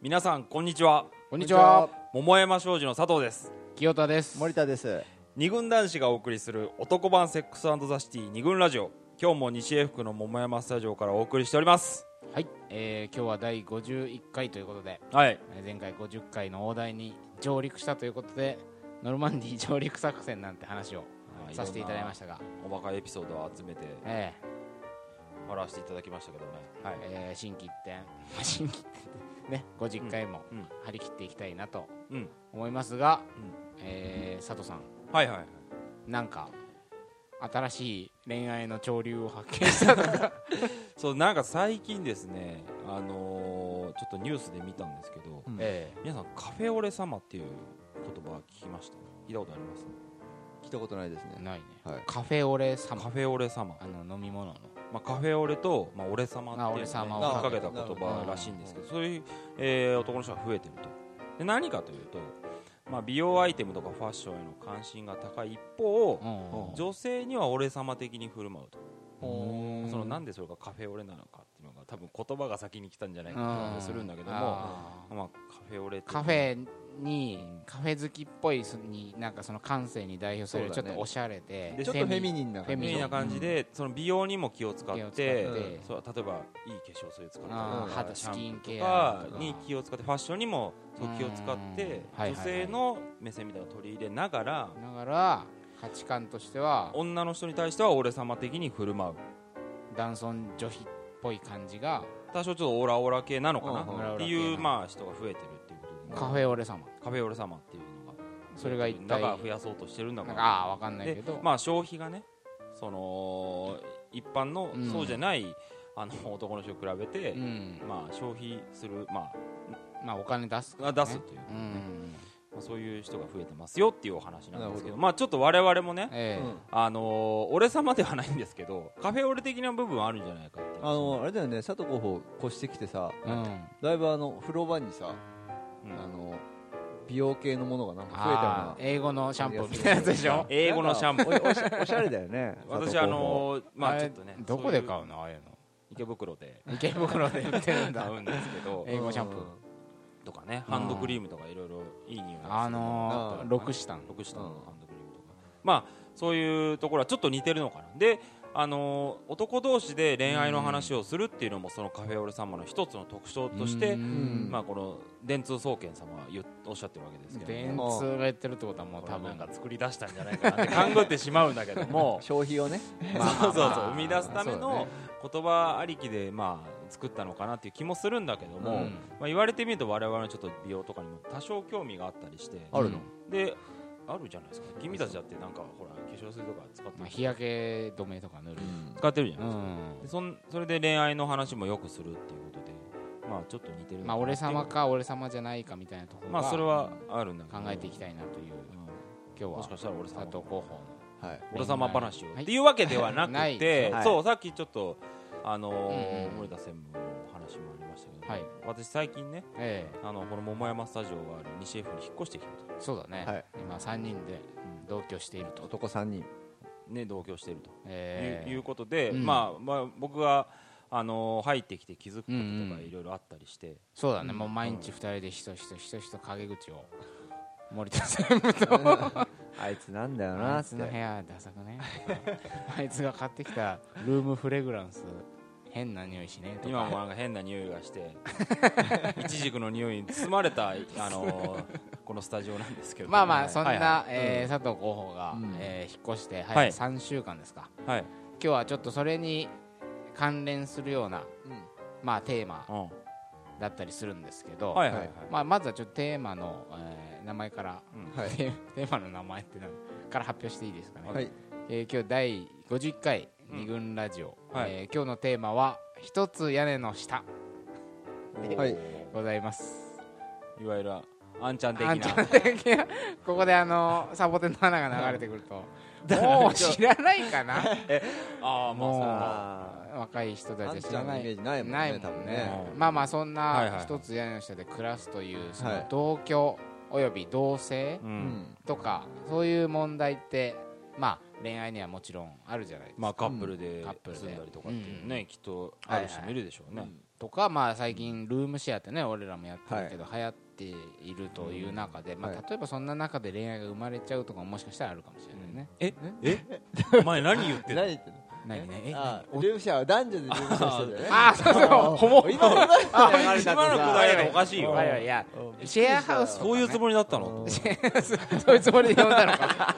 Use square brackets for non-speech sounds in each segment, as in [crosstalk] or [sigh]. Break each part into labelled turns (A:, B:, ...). A: 皆さんこんにちは
B: こんにちは。
A: 桃山商事の佐藤です
B: 清田です。
C: 森田です
A: 二軍男子がお送りする男版セックスザシティ二軍ラジオ今日も西英福の桃山スタジオからお送りしております
B: はい、えー今日は第51回ということで、
A: はい
B: えー前回50回の大台に上陸したということで、ノルマンディー上陸作戦なんて話を
A: はい
B: させていただきましたが、
A: おバカエピソードを集めて
B: え
A: 笑わせていただきましたけどね
B: ーえー心機一転、まあ心機一転 [laughs] ね、50回も
A: うんうん
B: 張り切っていきたいなと
A: うん
B: 思いますが、
A: うん
B: えー佐藤さん、
A: はいはいはい
B: なんか新しい恋愛の潮流を発見したとか、
A: そうなんか最近ですねあのーちょっとニュースで見たんですけど、
C: うん
B: え
A: 皆さんカフェオレ様っていう言葉聞きました聞いたことあります
C: 聞いたことないです
B: ー
C: ね
B: ないね、
C: はい
B: カフェオレ
A: カ
B: 様、
A: フェオレ様
B: あの飲み物の、
A: まあ、カフェオレと、まあ、オレ様っていう
B: あ
A: のを
B: 俺
A: ね
B: 様
C: を
A: かけた言葉らしいんですけどそういう、えー男の人が増えてるとで何かというと、まあ、美容アイテムとかファッションへの関心が高い一方
B: うん
A: 女性には俺様的に振る舞うと
B: うん
A: そのなんでそれがカフェオレなのかっていうのが多分言葉が先に来たんじゃないか
B: う
A: なんするんだけども
B: あー
A: まあ、カフェオレって
B: カフェに、
A: うん
B: カフェ好きっぽいすになんかその感性に代表される、ち
C: そ
B: ょっ
C: うだね
B: とおしゃれで
A: で
C: ちょっとフェミ
B: ン
C: ニンな
B: フェ
A: み
B: ミ
A: た
B: ニ
A: い
B: ン
A: な感じで、その美容にも気を使っ
B: 気を使って
A: て、
C: うん
A: そう例えばいい化粧水を使ったりと
B: あ
A: か
B: ー肌
A: シャ
B: スキ
A: ン
B: ン
A: プー
B: ケ
A: と
B: ア
A: か
B: とか
A: に気を使ってファッションにもそう気を使って
B: うんはいはいはい
A: 女性の目線みたいなのを取り入れながら
B: だから価値観としては
A: 女の人に対しては俺様的に振る舞う
B: 男尊女卑っぽい感じが
A: 多少ちょっとオラオラ系なのか
C: うんオ
B: ラ
A: な
B: オ
A: っ
B: ラ
A: て
B: 系
A: いう
B: な
A: まあ人が増えてるっていうことで
B: カフェオレ様
A: カフェオレ様っていうのが
B: それが一体
A: 中増やそうとしてるんだ
B: な
A: か
B: ん
A: ら
B: かああわかんないけ
A: で
B: ど、
A: まあ消費がねその一般の
B: うん
A: そうじゃない、あの男の人と比べて、
B: うん
A: まあ消費するま
B: まあお金出す
A: あ出すっていう、
B: うん、
A: まあ、そういう人が増えてますよっていうお話なんです
C: な
A: け
C: る
A: ど
C: ほど
A: まあちょっと我々もね
B: ええ
C: うん
A: あのー俺様ではないんですけどカフェオレ的な部分はあるんじゃないかっていう
C: あのあれだよね佐藤候補越してきてさ
B: うん
C: だいぶあの風呂場にさ
A: うん
C: あの美容系のものがなんか増えたよ
B: ああ英語のシャンプーみたいなやつでしょ
A: 英語のシャンプー
C: うなおおしおしゃれだよね
A: 私
C: 佐
A: あ
C: 藤候
A: のーまあちょっとね
B: あれどこで
A: そう
B: 買
A: いう
B: うのああいう
A: 池袋
B: [laughs]
A: で
B: の池袋で売ってる
A: 買
B: んだ [laughs]
A: うんですけど
B: 英語シャンプー
A: とかねハンドクリームとかいろいろいい匂いがする
B: あの
C: う
B: ー、
C: ん
B: ロクシタン
A: ロシタンのハンドクリームとか、まあそういうところはちょっと似てるのかなであのー男同士で恋愛の話をするっていうのもそのカフェオレ様の一つの特徴として、
B: うん
A: まあ、この電通総研様は言うおっしゃってるわけですけど
B: 電
A: も
B: 通がやってるってことはもう
A: これ
B: 多
A: な
B: 分
A: んか作り出したんじゃないかなって勘ぐってしまうんだけども [laughs]
C: 補消費をね
A: そうそうそう生み出すため
B: そうだ
A: の
B: ね
A: 言葉ありきでまあ作ったのかなっていう気もするんだけども、
B: うん
A: まあ、言われてみると我々のちょっと美容とかにも多少興味があったりして
C: あるの
A: であるじゃないですか君たちだってなんかほら化粧水とか使って
B: まあ、
A: る
B: 日焼け止めとか塗る
A: 使ってるじゃ
B: う
A: ないですか、
B: ん
A: でそんそれで恋愛の話もよくするっていうことでまあちょっと似てるのか
B: ま
A: な
B: あ俺様
A: って
B: か俺様じゃないかみたいなと
A: い
B: ころ
A: うまあそれ
B: は
A: はあるんだけ
B: 考
A: ど
B: えていきたいなという今
A: うんもし
B: 日
A: か
B: は
A: したら俺
B: 佐
A: 様
B: 藤候補
C: はい
A: 俺様話を、
B: はい
A: っていうわけではなく
B: ない
A: て
C: はい
A: そうさっきちょっとあのー
B: うんうん
A: 森田専務の話もありましたけど、
B: はい
A: 私最近ね
B: え
A: あのこの桃山スタジオがある西江府に引っ越してきた
B: えそうだね、
C: はい
B: 今3人で同居していると、
C: 男3人
A: と、ね、同居していると
B: ええ
A: いういうことで、
B: うん
A: まあまあ、僕が、あのー入ってきて気づくこ
B: う
A: と
B: んう
A: と
B: ん
A: かいろいろあったりして、
B: そうだね、もう毎日2人でひとひとひとひと陰口を森田専務と
C: あいつなんだよ
B: あ
C: ないっ
B: つの部
C: て
B: 屋ダサくねあいつが買ってきたルームフレグランス変な匂いしねとか
A: 今もなんか変な匂いがして [laughs] イチジクの匂いに包まれた、あのーこのスタジオなんですけど
B: まあまあそんな、
A: はいは
B: えー佐藤候補が、
C: うん
B: えー引っ越して
A: は
B: 早
A: い
B: い3週間ですか、
A: いはい
B: 今日はちょっとそれに関連するような、
C: うん
B: まあ、テーマ
A: うん
B: だったりするんですけど、
A: はいはいはい
B: まあ、まずはちょっとテーマの、えー名前から、
C: はい
B: [laughs] テテーマの名前って何から発表していいですかね、
C: はい
B: えー今日第51回
A: うん
B: 二軍ラジオ、
A: はい
B: えー今日のテーマは「一つ屋根の下
A: おー
C: はい
B: ございます
A: いわゆるあんちゃん的
B: あんち
A: な
B: ゃん的なここであのサボテンの花が流れてくる
C: [laughs]
B: ともう知らないかな
A: ああまあそうか
C: あ
B: 若い人
C: ー
B: た
C: あ
B: ち
C: ん
B: は知
C: ち
B: ら
C: ゃんの
B: な
C: イメー
B: い
C: ジないもん
B: ない
C: ね
B: も
C: 多
B: ん
C: 分
B: ね
C: ね
B: まあまあそん
A: はいはいは
B: ない一つ屋根の下で暮らすというそ
C: は
B: の
C: い
B: 同居および同性
A: う
C: うんん
B: とかそういう問題ってまあ恋愛にはもちろんあるじゃないです
A: まあ
B: か
A: カップルで
B: カップルで
A: 住んだりとかっていうのね、
B: う
A: きっとある人もいるでしょうね、
C: うん
B: とか、まあ、最近ルームシェアってね俺らもやってるけど、流行っているという中で、まあ
C: はい、
B: 例えばそんな中で恋愛が生まれちゃうとかももしかしたらあるかもしれないね、
A: ええお [laughs] 前何言ってんの
C: 何言ってんの
B: 何ねえ
C: あ
B: 何お
C: ルームシェアは男女でルームシェアしてるよね
B: あそう
C: [laughs]
B: そうホモ
C: 今の話だよ
A: 今のくだりがおかしいよ
B: はいはいいや
C: うん
B: シェアハウス
A: そういうつもりだったの
C: うん
B: [laughs] そういうつもりで呼んだのか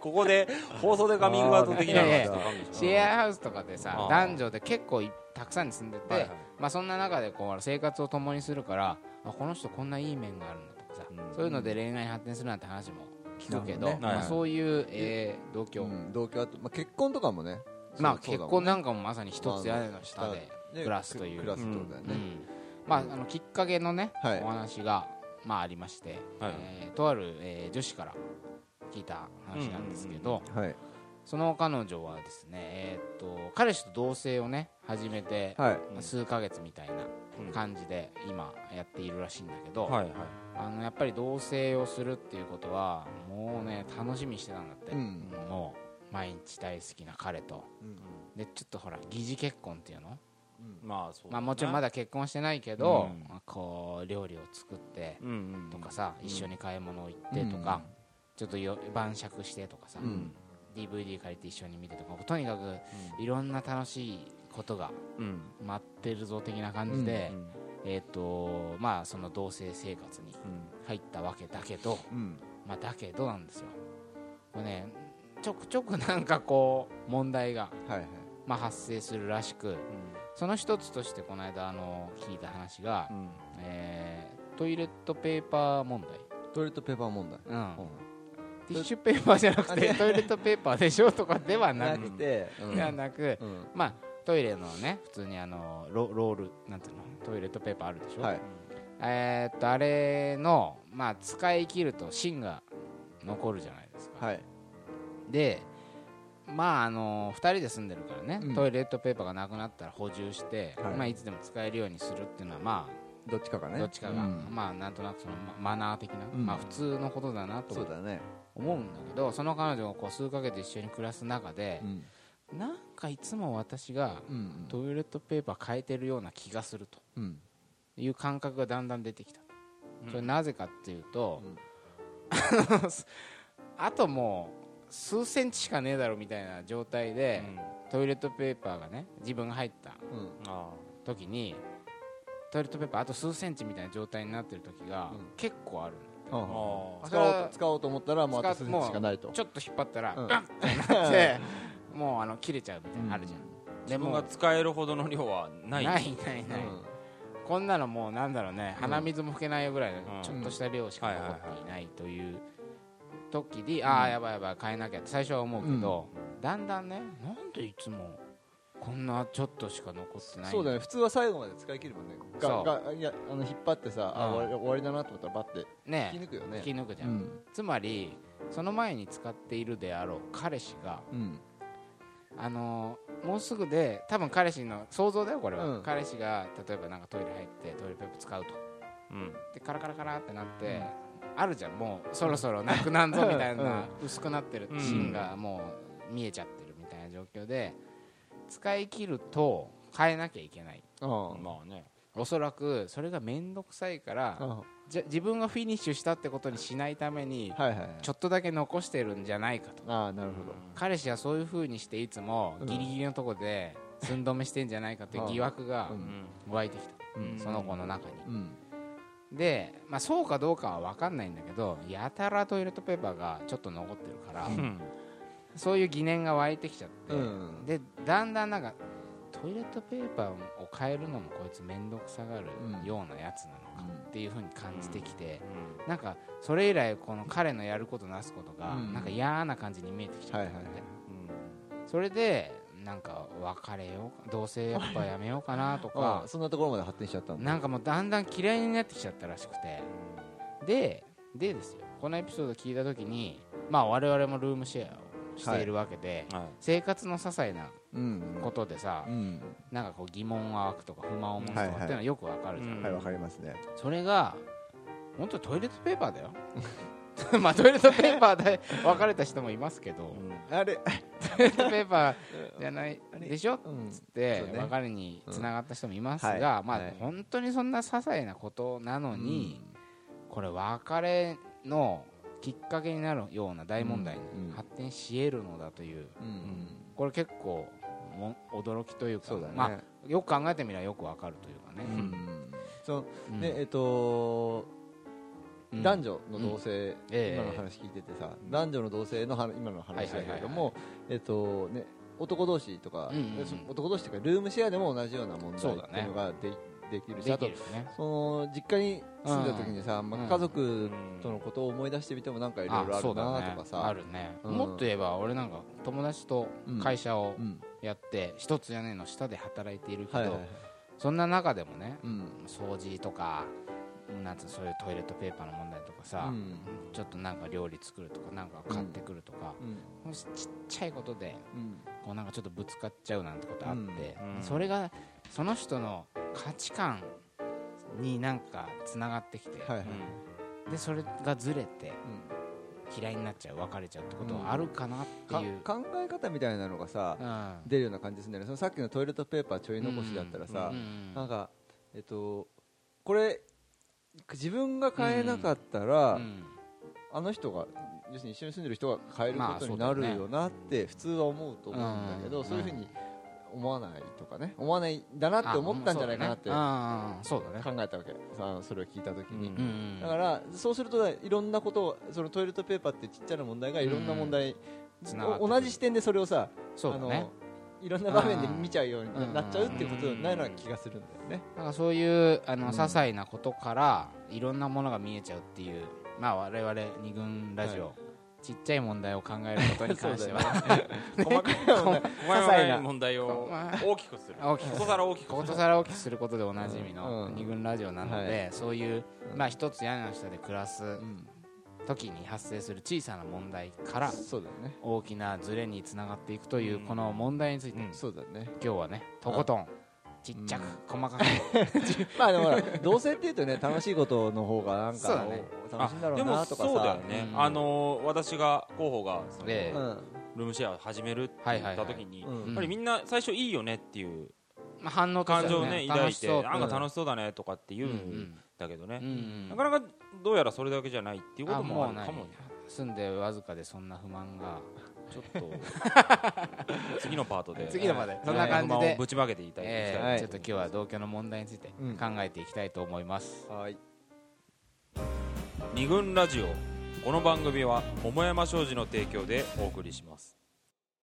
A: ここで放送でカミングアウト的なのがちょっと勘弁し
B: シェアハウスとかでさ
A: あー
B: 男女で結構いたくさんに住んでて、
A: てはいはい
B: まあ、そんな中でこう生活を共にするからあこの人こんないい面があるんだとかさ、
C: うん
B: そういうので恋愛に発展するなんて話も聞くけど、
C: なる
A: はい
C: ほどね
B: ま
A: は
B: あ、
A: い
B: そういう、えー同居、
C: うん同居あとまあ結婚とかもね
B: まあ、
C: そう
B: 結
C: だもん
B: 婚
C: ね
B: なんかもまさに一つ屋根の下で、
C: ね
B: 暮らすという
C: 暮らすってことだよ
B: う
C: ね
B: んまあ、あのきっかけのね、
C: はい
B: お話が、まあ、ありまして、
A: はい
B: えーとある、えー女子から聞いた話なんですけど、
C: はい
B: その彼女はですね、えー、と彼氏と同棲をね始めて、
C: はい
A: うん
B: 数ヶ月みたいな
A: うん
B: 感じで今やっているらしいんだけど、
A: はいはい
B: あのやっぱり同棲をするっていうことはもうね楽しみにしてたんだって、
C: うん
B: もう毎日大好きな彼と
C: うん
B: でちょっとほら疑似結婚っていうの、
A: まあそうだな
B: まあ、もちろんまだ結婚してないけど、
A: うん
B: まあこう料理を作って
A: うんうん
B: とかさ、一緒に買い物行ってとか、ちょっとよ晩酌してとかさ、
C: うん
B: DVD 借りて一緒に見てとかとにかくいろんな楽しいことが
A: うん
B: 待ってるぞ的な感じで、
A: うん
B: えっ、とまあその同棲生活に
A: うん
B: 入ったわけだけど、
C: うん
B: まあ、だけどなんですよこれねちょくちょくなんかこう問題が、
C: はいはい
B: まあ、発生するらしくその一つとしてこの間あの聞いた話が、
A: うん
B: えートイレットペーパー問題、
C: トイレットペーパー問題
B: うん
C: うん
B: ティッシュペーパーじゃなくてトイレットペーパーでしょとかではな
C: な
B: く
C: くてう
B: では
C: ん
B: なく、
C: うん
B: まあトイレのね普通にあのロロールなんていうのトイレットペーパーあるでしょ、
C: はい
B: えーっとあれの、まあ、使い切ると芯が残るじゃないですか、
C: はい
B: でまああの2人で住んでるからね、
C: うん
B: トイレットペーパーがなくなったら補充して、
C: はい
B: いまあ、いつでも使えるようにするっていうのはま
C: どっちかが
B: あ
C: ね
B: どっちかが、
C: うん
B: まあなんとなくそのママナー的な、
C: うん
B: まあ普通のことだなと
C: そうだね
B: 思うんだけどその彼女がこう数ヶ月一緒に暮らす中で
C: う、ん
B: なんかいつも私が
C: うん
B: トイレットペーパー変えてるような気がすると
C: うん
B: いう感覚がだんだん出てきた、
A: うん
B: それなぜかっていうと、
C: うん
B: [laughs] あともう数センチしかねえだろみたいな状態で、
A: うん
B: トイレットペーパーがね自分が入った
C: うん
A: あ
B: 時にトイレットペーパーあと数センチみたいな状態になってる時が
C: うん
B: 結構あるん
C: あ
A: ー
C: あ
A: あー
C: 使おうと使おうと思ったらもうあ
B: 使
C: と数
B: う
C: 日しかないと
B: ちょっと引っ張ったら、
C: う
B: うんん、 [laughs] ってなってもうあの切れちゃうみたいなのあるじゃん、
A: 自分が使えるほどの量はな
B: ない
A: い
B: ないない
C: うん
B: ない、こんなのもうなんだろうね
C: うん
B: 鼻水も拭けないぐらいの
A: うん
B: ちょっとした量しか残
A: はいはい
B: っていないという時にああやばいやばい変えなきゃって最初は思うけどだんだんねなんでいつもこんなちょっとしか残ってない
C: そうだ
B: ね
C: ね普通は最後まで使い切るもんね
B: そ
C: が
B: う
C: がいやあの引っ張ってさあ
B: うん
C: 終わり終わりだなと思ったらバッて引き
B: ね
C: 抜くよ
B: え
C: ね
B: 引き抜くじゃ
C: うんん
B: つまりその前に使っているであろう彼氏が
C: うん
B: あのーもうすぐで多分彼氏の想像だよこれ
C: う
B: は
C: ん
B: 彼氏が例えばなんかトイレ入ってトイレペーパー使うと
A: うん
B: でカラカラカラってなって、あるじゃんもうそろそろなくなんぞみたい
C: うん
B: な薄くなってる芯がもう見えちゃってるみたいな状況で使い切ると変えなきゃいけない
C: あ
A: まあね
B: おそらくそれが面倒くさいから
C: あ
B: じゃ自分がフィニッシュしたってことにしないために
C: はいはいはい
B: ちょっとだけ残してるんじゃないかと
C: ああなるほど
B: 彼氏はそういうふうにしていつも
C: うん
B: ギリギリのとこで寸止めしてんじゃないかという疑惑が
C: うん
B: 湧いてきた
A: うん
B: その子の中に
C: うん
B: で、まあ、そうかどうかは分かんないんだけどやたらトイレットペーパーがちょっと残ってるから
A: うん
B: そういう疑念が湧いてきちゃって、
C: うん
B: でだんだんなんかトイレットペーパーを変えるのもこいつ面倒くさがる
C: うん
B: ようなやつなのかっていうふうに感じてきて、
A: うん
B: なんかそれ以来この彼のやることなすことが
C: うん
B: なんか嫌な感じに見えてきちゃったんだよね、
C: はいはい
B: それでなんか別れようか同棲やっぱやめようかなと
C: あ
B: か
C: あそんなところまで発展しちゃったんだ
B: なんかもうだんだん嫌いになってきちゃったらしくてででですよこのエピソード聞いた時にまあ我々もルームシェアをしているわけで、
A: うんはい
B: 生活の些細な
C: うん
B: ことでさ、
C: うん
B: なんかこう疑問が湧くとか不満を持つとか
C: はい
B: っ
C: はい
B: ていうのはよくわかるじゃん、
A: うん
C: はいわかりますね
B: それが本当にトイレットペー [laughs] パーだよまあトイレットペーパーで別れた人もいますけど [laughs]
A: うん
C: あれ
B: トイレットペーパーじゃない
C: あれ
B: でしょっ
C: うん
B: つって
C: そうね
B: 別れにつながった人もいます
C: うん
B: が、
C: はい
B: まあ
C: はい
B: 本当にそんな些細なことなのに、これ別れのきっかけになるような大問題に
C: うんうん
B: 発展し得るのだという、
C: うんうん
B: これ結構も驚きというか
C: そうだね、
B: まあ、よく考えてみればよくわかるというか
C: う
B: ね、
C: んその
B: うん
C: ねえっと
B: うん
C: 男女の同性、
B: ええ
C: 今の話聞いててさ、男女の同性のは今の話だけれども、
B: は
C: えっとね、男同士とか、
B: うんうんうん
C: そ男同士というかルームシェアでも同じような問題
B: そ
C: っ
B: う
C: て
B: だね
C: いうのがで,、できるし
B: で
C: あ
B: き
C: と
B: るよね
C: その実家に住んだ時にさ、
B: う
C: まあ、
B: ん
C: 家族とのことを思い出してみてもなんかいろいろあ
B: そ
C: る
B: うだ
C: な
B: ね
C: とかさ
B: あるね、
C: うん
B: もっと言えば俺なんか友達と会社を
C: うん
B: やって一つ屋根の下で働いているけど、
C: はいはいはい
B: そんな中でもね
C: うん
B: 掃除とかなんつうのそういうトイレットペーパーの問題とか
C: う
B: さ、
C: ん
B: ちょっとなんか料理作るとかなんか買ってくるとか、
C: うん
B: もうちっちゃいことで
C: うん
B: こうなんかちょっとぶつかっちゃうなんてことあって、
A: うんうん
B: それがその人の価値観になんかつながってきて、
C: はいはい
B: でそれがずれて
C: うん
B: 嫌いになっちゃう別れちゃうってことはあるかなっていう、
C: か考え方みたいなのがさ、
B: うん
C: 出るような感じでするんだよねそのさっきのトイレットペーパーちょい残しだったらさ、
B: うん
C: なんか、えっと、これ自分が買えなかったら、
B: うん
C: あの人が要するに一緒に住んでる人が買える
B: まあ
C: ことになる
B: そ
C: よなって普通は思うと思うんだけ
B: う
C: ど、
B: ん
C: そういうふうに思わないとかね思わないんだなって思ったんじゃないかなって考
B: あそうだね
C: え
B: あ
C: たわけさそれを聞いた時に、
A: う
B: ーうん
C: だからそうするといろんなことをそのトイレットペーパーってちっちゃな問題がいろんな問題、
B: 繋がってくる
C: 同じ視点でそれをさ
B: そうだね
C: あのいろんな場面で見ちゃうよう
B: うん
C: になっちゃうっていうことになるような気がするんだよね。
B: なんかそういうあ
C: うん
B: の些細なことからいろんなものが見えちゃうっていう、まあ我々二軍ラジオ、
C: は
B: ちっちゃい問題を考えることに関しては、
A: [laughs]
C: 細かいもんね。
A: お前
C: 些細な
A: は問題を大きくする
B: 大きくする
A: ここから大きく
B: ことさら大きくすることでおなじみ
C: う
B: の
C: ん
B: 二軍ラジオなので、
C: は
B: そういう、まあ、一つ屋根の下で暮らす
C: うん
B: 時に発生する小さな問題から
C: そうだよね。
B: 大きなズレにつながっていくという
A: うん
B: この問題について、
A: うん
C: そうだね。
B: 今日はねとことんちっちゃく細かく、
C: まあでもほら同性っていうとね楽しいことの方がなん
B: そうだ
C: か
B: ね
C: お楽しいんだろうなとか
A: でもそうだよ
C: さ。
A: ね、
B: うん
A: あのー私が候補がその
B: え
C: う
B: え
C: ん
A: ルームシェアを始めるって言った時に、
C: うん
A: やっぱりみんな最初いいよねっていう
B: まあ、反応とし
A: 感
B: て
A: 情を
B: は
A: ね
B: ね
A: 抱
B: 楽
A: い
B: してそう
A: なんか楽しそうだねとかって言う
B: うん
A: んだけどね、
B: うん
A: なかなかどうやらそれだけじゃないっていうこと
B: あ
A: もあ
B: も
A: る
B: う
A: かも
B: 何
A: ね
B: 住んでわずかでそんな不満が
A: ちょっと [laughs] 次のパートで
B: 次のまで
A: はい
B: そんな感じ
A: 不満を
B: で、
A: ぶちまけていただきたい
B: え
A: と思
B: ー
A: います
B: ちょっと今日は同居の問題について
C: うん
B: 考えていきたいと思います、
C: はい。
A: 二軍ラジオこの番組は桃山商事の提供でお送りします